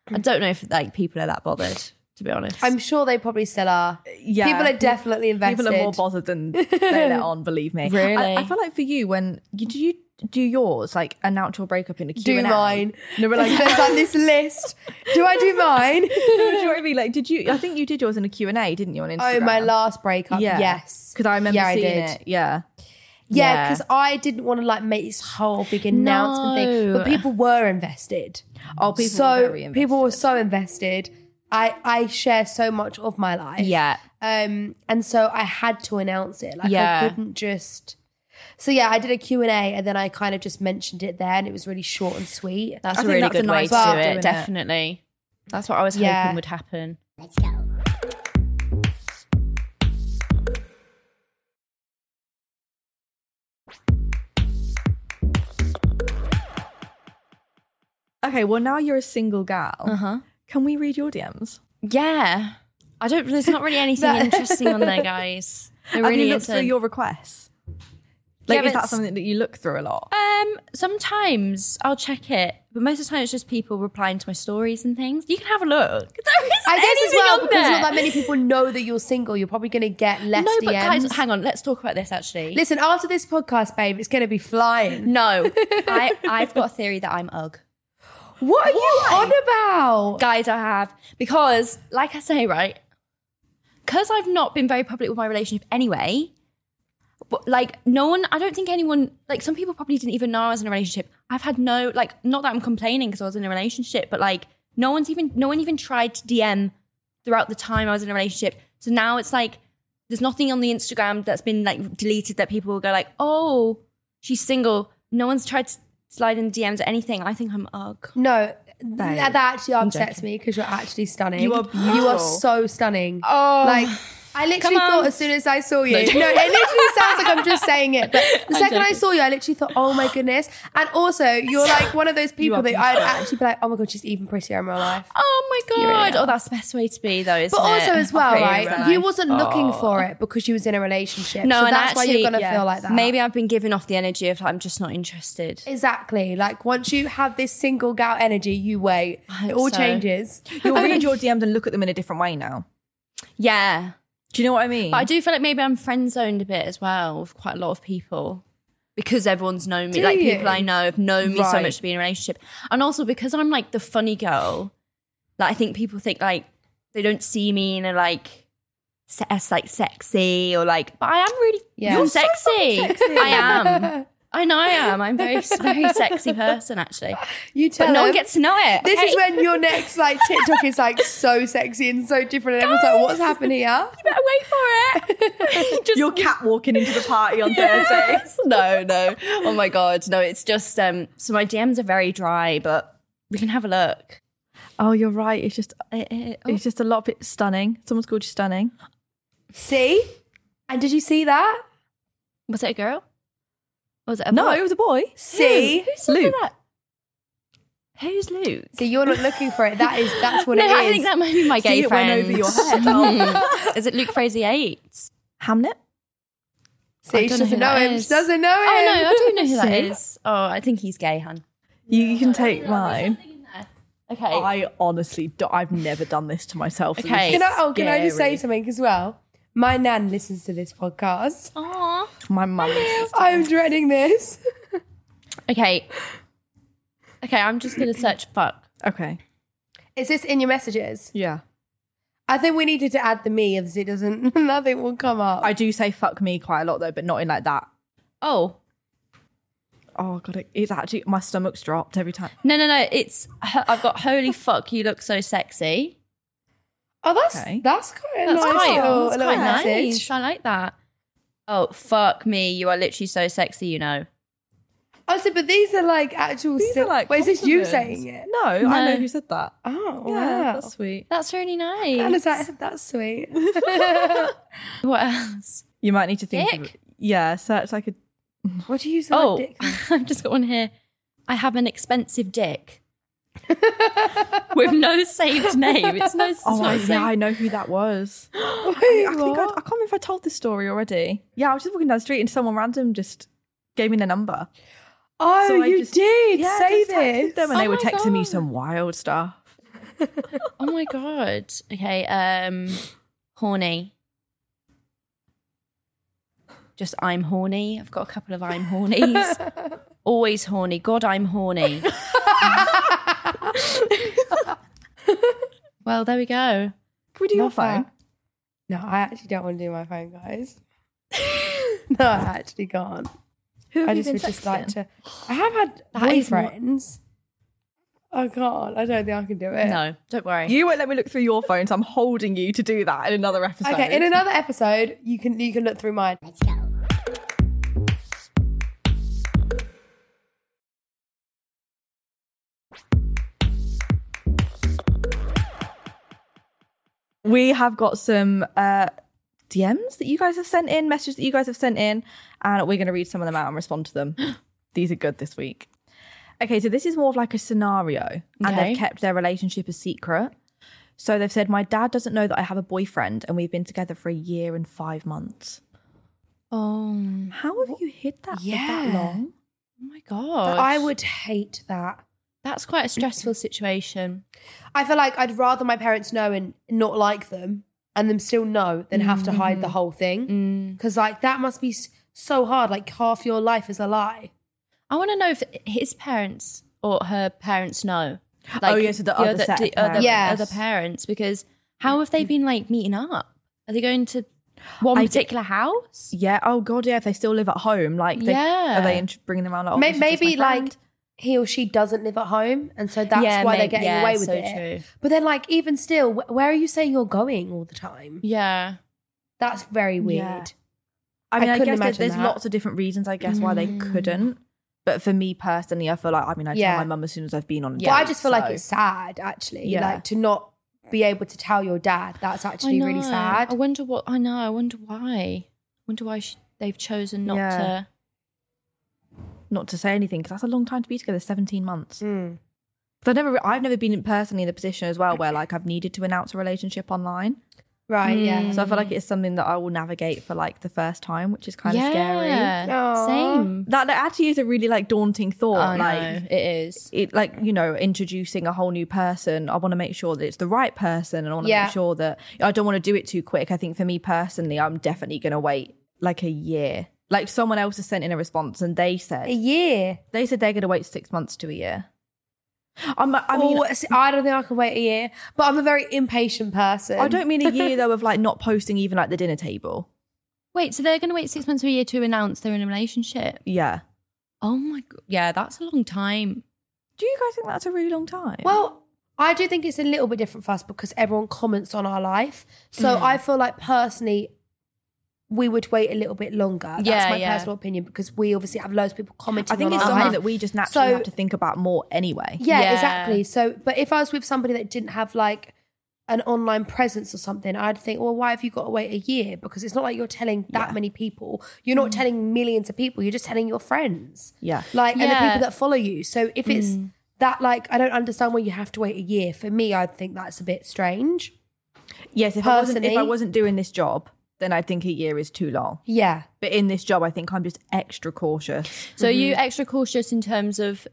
I don't know if like people are that bothered. To be honest, I'm sure they probably still are. Yeah. People are definitely invested. People are more bothered than they let on. Believe me. Really? I, I feel like for you when you do you do yours like announce your breakup in a Q do and A. mine. No, but like, There's like this list. Do I do mine? do you know what I mean? Like, did you? I think you did yours in a Q and A, didn't you? On Instagram. Oh, my last breakup. Yes. Because I remember Yeah, I seeing did. it. Yeah. Yeah, Yeah. because I didn't want to like make this whole big announcement thing, but No. people were invested. Oh, people so were very invested. people were so invested. I I share so much of my life. yeah, Um, and so I had to announce it. Like I Yeah. couldn't just. So yeah, I did a Q and A, and then I kind of just mentioned it there, and it was really short and sweet. that's I a think really that's a good way nice to part do of it. doing it. Definitely, that's what I was Yeah. hoping would happen. Okay. Well, now you're a single gal. Uh-huh. Can we read your DMs? Yeah, I don't. There's not really anything interesting on there, guys. There Have really you looked through isn't. your requests? Like, Yeah, is but that something that you look through a lot? Um, sometimes I'll check it, but most of the time it's just people replying to my stories and things. You can have a look. There isn't I guess as anything well on because not there. that many people know that you're single. You're probably going to get less No, DMs. but guys, hang on. Let's talk about this actually. Listen, after this podcast, babe, it's going to be flying. No, I I've got a theory that I'm ugh. What are you on about? guys I have because, like I say, right, because I've not been very public with my relationship anyway. But like, no one, I don't think anyone, like, some people probably didn't even know I was in a relationship. I've had no, like, not that I'm complaining because I was in a relationship, but like, no one's even, no one even tried to DM throughout the time I was in a relationship. So now it's like, there's nothing on the Instagram that's been like deleted that people will go like, oh, she's single. No one's tried to slide in the DMs or anything. I think I'm ugh. No, th- that actually upsets me because you're actually stunning. You are You are beautiful. so stunning. Oh. Like, I literally Come thought on. as soon as I saw you. No, joking. it literally sounds like I'm just saying it. But the I'm second I joking. saw you, I literally thought, oh my goodness. And also, you're like one of those people that I'd actually be like, oh my god, she's even prettier in real life. Oh my You really god! are. oh, that's the best way to be, though. Isn't But it? also as well, Pretty right? right. You wasn't looking for it because you was in a relationship. no, so and that's why actually, you're gonna yeah, feel like that. Maybe I've been giving off the energy of like, I'm just not interested. Exactly. Like once you have this single gal energy, you wait. It hope all so. changes. You'll read your DMs and look at them in a different way now. Yeah, Do you know what I mean? but I do feel like maybe I'm friend zoned a bit as well with quite a lot of people because everyone's known me. Do like you? people I know have known me so Right. much to be in a relationship, and also because I'm like the funny girl. Like I think people think like they don't see me in a like se- as like sexy or like, but I am really Yeah. you're You're so sexy. I am. I know I am. I'm very very sexy person actually. You tell But no one them. gets to know it. This okay? is when your next like TikTok is like so sexy and so different, and everyone's like, "What's happened here?" you better wait for it. Just- you're catwalking into the party on Thursday. Yes. no, no. Oh my god, no. It's just um. So my DMs are very dry, but we can have a look. Oh, you're right. It's just Eh, eh, oh. it's just a lot of bit stunning. Someone's called you stunning. See? And did you see that? Was it a girl? Or Was it a No, boy? it was a boy. See? Who's looking Luke. at- Who's Luke? So you're not looking for it. That is that's what no, it is. I think that might be my gay See, it went friend. over your head. Mm. is it Luke Fraser Yates? Hamnet. See, I she don't know doesn't who know, that him. She is. doesn't know him. Oh no, I do know who that See? is. Oh, I think he's gay, hun. You, you can take mine. Okay. I honestly, do, I've never done this to myself. so this Okay. is Can I? Oh, can I just scary. say something as well? My nan listens to this podcast. Aw. My mum. I'm dreading this. Okay. Okay, I'm just gonna search fuck. Okay. Is this in your messages? Yeah. I think we needed to add the me because it doesn't, nothing will come up. I do say fuck me quite a lot though, but not in like that. Oh Oh god, it- it's actually my stomach's dropped every time. no no no! It's I've got holy fuck. You look so sexy. oh, that's Okay. that's quite a That's nice. quite, little, that's little quite message. nice. I like that. Oh fuck me! You are literally so sexy. You know. Oh, so but these are like actual. These sil- are like Wait, is this you compliments. saying it? No, I know No. who said that. Oh, Yeah, wow. that's sweet. That's really And nice. is that that's sweet? What else? You might need to think. Of, Dick? yeah, search like a. what do you use? Oh, dick? I've just got one here. I have an expensive dick. With no saved name. It's no. It's Oh not I- saved. yeah, I know who that was. Wait, I think I, I what? can't remember if I told this story already. Yeah, I was just walking down the street and someone random just gave me their number. Oh, So I you just- did I say just texted this. them and Oh they were my texting me God. some wild stuff. Oh my god. Okay. Um, horny. Just I'm horny. I've got a couple of I'm hornies. Always horny. God, I'm horny. well, there we go. Can we do your Love that. phone? No, I actually don't want to do my phone, guys. no, I actually can't. Who have I you just been would just texting? like to. I have had That is not- boyfriends. I can't. I don't think I can do it. No, don't worry. You won't let me look through your phone, so I'm holding you to do that in another episode. Okay, in another episode, you can you can look through mine. Oh we have got some uh, DMs that you guys have sent in, messages that you guys have sent in, and we're going to read some of them out and respond to them. These are good this week. Okay, so this is more of like a scenario, and Okay. they've kept their relationship a secret. So they've said, My dad doesn't know that I have a boyfriend, and we've been together for a year and five months. Oh How have you hid that for Yeah. that long? my god. I would hate that. That's quite a stressful situation. I feel like I'd rather my parents know and not like them, and them still know than have to hide the Mm. whole thing. Because like that must be s- so hard. Like half your life is a lie. I want to know if his parents or her parents know. Like, Oh, yeah, so the other set of other, parents. other parents, because how have they been like meeting up? Are they going to one I- particular house? Yeah. Oh, God. Yeah. If they still live at home, like, they, Yeah. are they in, bringing them around? Like, oh, May- this is just my maybe friend? like he or she doesn't live at home, and so that's Yeah, why may- they're getting yeah, away with so it. true. But then, like, even still, wh- where are you saying you're going all the time? Yeah. That's very weird. Yeah. I mean, I, couldn't guess there- imagine there's that. Mm. lots of different reasons, I guess, why they couldn't. But for me personally, I feel like, I mean, I Yeah. tell my mum as soon as I've been on a But I date, just feel so- like it's sad, actually. Yeah. Like to not be able to tell your dad. That's actually I really know. sad. I wonder what, I know, I wonder why. I wonder why she, they've chosen not Yeah. to. not to say anything because that's a long time to be together 17 months. Mm. So I've never, I've never been personally in the position as well where like I've needed to announce a relationship online. Right? Yeah. Mm. So I feel like it's something that I will navigate for like the first time, which is kind of scary. yeah. Aw. Same. That, that actually is a really like daunting thought. Oh, I like, know, it is. it like you know introducing a whole new person i want to make sure that it's the right person and i want to Yeah. make sure that i don't want to do it too quick i think for me personally i'm definitely going to wait like a year like someone else has sent in a response and they A said year. they said they're going to wait six months to a year I'm, i I mean I don't think I can wait a year. But I'm a very impatient person. i don't mean a um. year though of like not posting even like the dinner table Wait, so they're going to wait six months to a year to announce they're in a relationship? yeah Oh my god. Yeah, that's a long time. do you guys think that's a really long time Well, I do think it's a little bit different for us because everyone comments on our life. Mm. So I feel like personally, we would wait a little bit longer. That's Yeah, my yeah. personal opinion because we obviously have loads of people commenting. i think on it's our something life. that we just naturally Uh-huh. So- have to think about more anyway Yeah, Yeah. exactly. So, but if I was with somebody that didn't have like an online presence or something, I'd think, well, why have you got to wait a year? Because it's not like you're telling that many people. You're not telling millions of people. You're just telling your friends. Yeah. Like, and the Mm. Yeah. Mm. people that follow you. So if it's that, like, I don't understand why you have to wait a year. For me, I'd think that's a bit strange. yes if I, wasn't, if I Personally- wasn't doing this job then i think a year is too long Yeah. but in this job, I think I'm just extra cautious. So are you extra cautious in terms of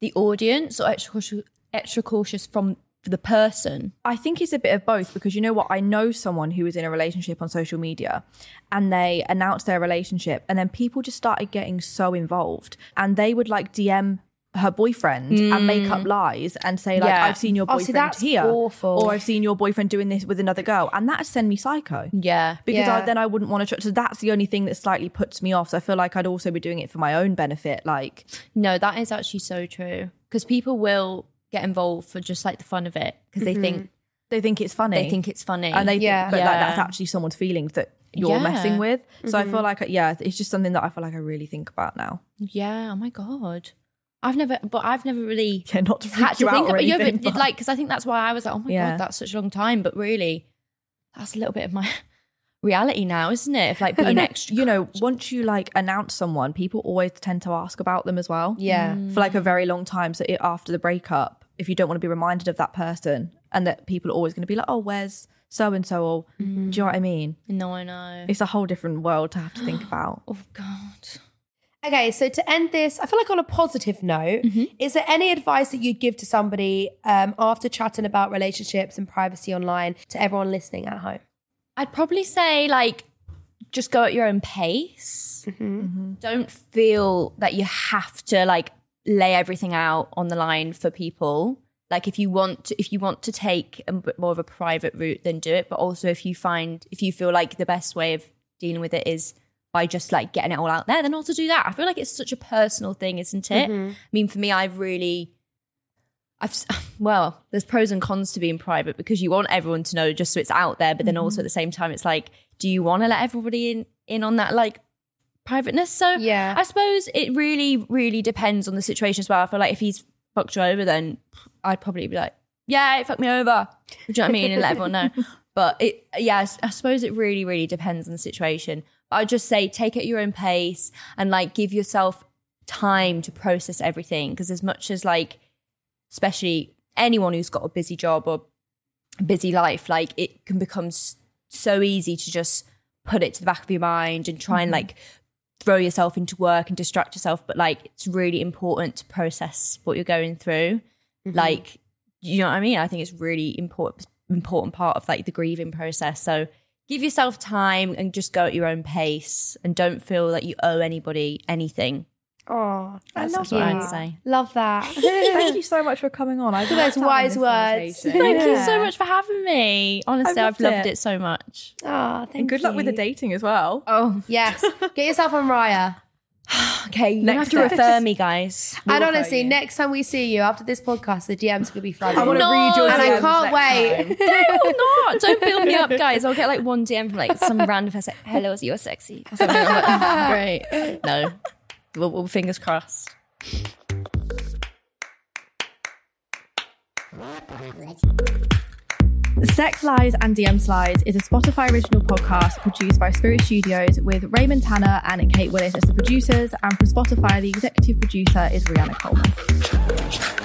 the audience or extra cautious, extra cautious from the person? I think it's a bit of both because you know what? I know someone who was in a relationship on social media and they announced their relationship, and then people just started getting so involved and they would like DM her boyfriend and make up lies and say like Yeah. I've seen your Mm. Oh, boyfriend see, that's here awful. or I've seen your boyfriend doing this with another girl and that send me psycho Yeah. because I, Yeah. then I wouldn't want to tr- so that's the only thing that slightly puts me off so I feel like I'd also be doing it for my own benefit like No, that is actually so true. Because people will get involved for just like the fun of it because they think they think it's funny they think it's funny. Mm-hmm. and they Yeah. think, but like Yeah. that's actually someone's feelings that you're Yeah. messing with so I feel like uh, yeah it's just something that I feel like I really think about now yeah. Oh my god. I've never, but I've never really yeah not to freak had you to out think or about you, anything, but, like because I think that's why I was like, oh my Yeah. god, that's such a long time. But really, that's a little bit of my reality now, isn't it? If like you being know, extra, you know, once you like announce someone, people always tend to ask about them as well. Yeah. Mm. For like a very long time. So it, after the breakup, if you don't want to be reminded of that person, and that people are always going to be like, oh, where's so and so? Or do you know what I mean? no, I know. It's a whole different world to have to think about. Oh god. Okay, so to end this, I feel like on a positive note, Mm-hmm. is there any advice that you'd give to somebody um, after chatting about relationships and privacy online to everyone listening at home? I'd probably say like just go at your own pace. Don't feel that you have to like lay everything out on the line for people. Like if you want to, if you want to take a bit more of a private route, then do it. But also if you find if you feel like the best way of dealing with it is by just like getting it all out there, then also do that. I feel like it's such a personal thing, isn't it? I mean, for me, I've really I've s- well, there's pros and cons to being private because you want everyone to know just so it's out there, but then also at the same time, it's like, do you want to let everybody in in on that like privateness? So Yeah. I suppose it really, really depends on the situation as well. I feel like if he's fucked you over, then I'd probably be like, yeah, it fucked me over. Do you know what I mean? And let everyone know. But it, yeah, I s- I suppose it really, really depends on the situation. But I'd just say take it at your own pace and like give yourself time to process everything because as much as like especially anyone who's got a busy job or busy life, like it can become s- so easy to just put it to the back of your mind and try and like throw yourself into work and distract yourself. But like it's really important to process what you're going through. Like, you know what I mean? I think it's really important important part of like the grieving process. So give yourself time and just go at your own pace and don't feel that you owe anybody anything. Oh, That's love what I'd that. say. Love that. Thank you so much for coming on. I those wise words. Thank you Yeah. so much for having me. Honestly, loved I've loved it. it. so much. oh, thank And good luck with the you. dating as well. Oh, Yes, get yourself on Raya. okay. You Next have to steps. refer me, guys. and refer honestly, you. next time we see you after this podcast, the DMs could be flooded. I want to No. read your and DMs I can't next wait. time. Oh, not. Don't build me up, guys. I'll get like one DM from like some random person. Hello, you're sexy. Or something. I'm like, Great. No. Well, well, fingers crossed. Sex Lies and DM Slides is a Spotify original podcast produced by Spirit Studios with Raymond Tanner and Kate Willis as the producers, and from Spotify, the executive producer is Rihanna Coleman.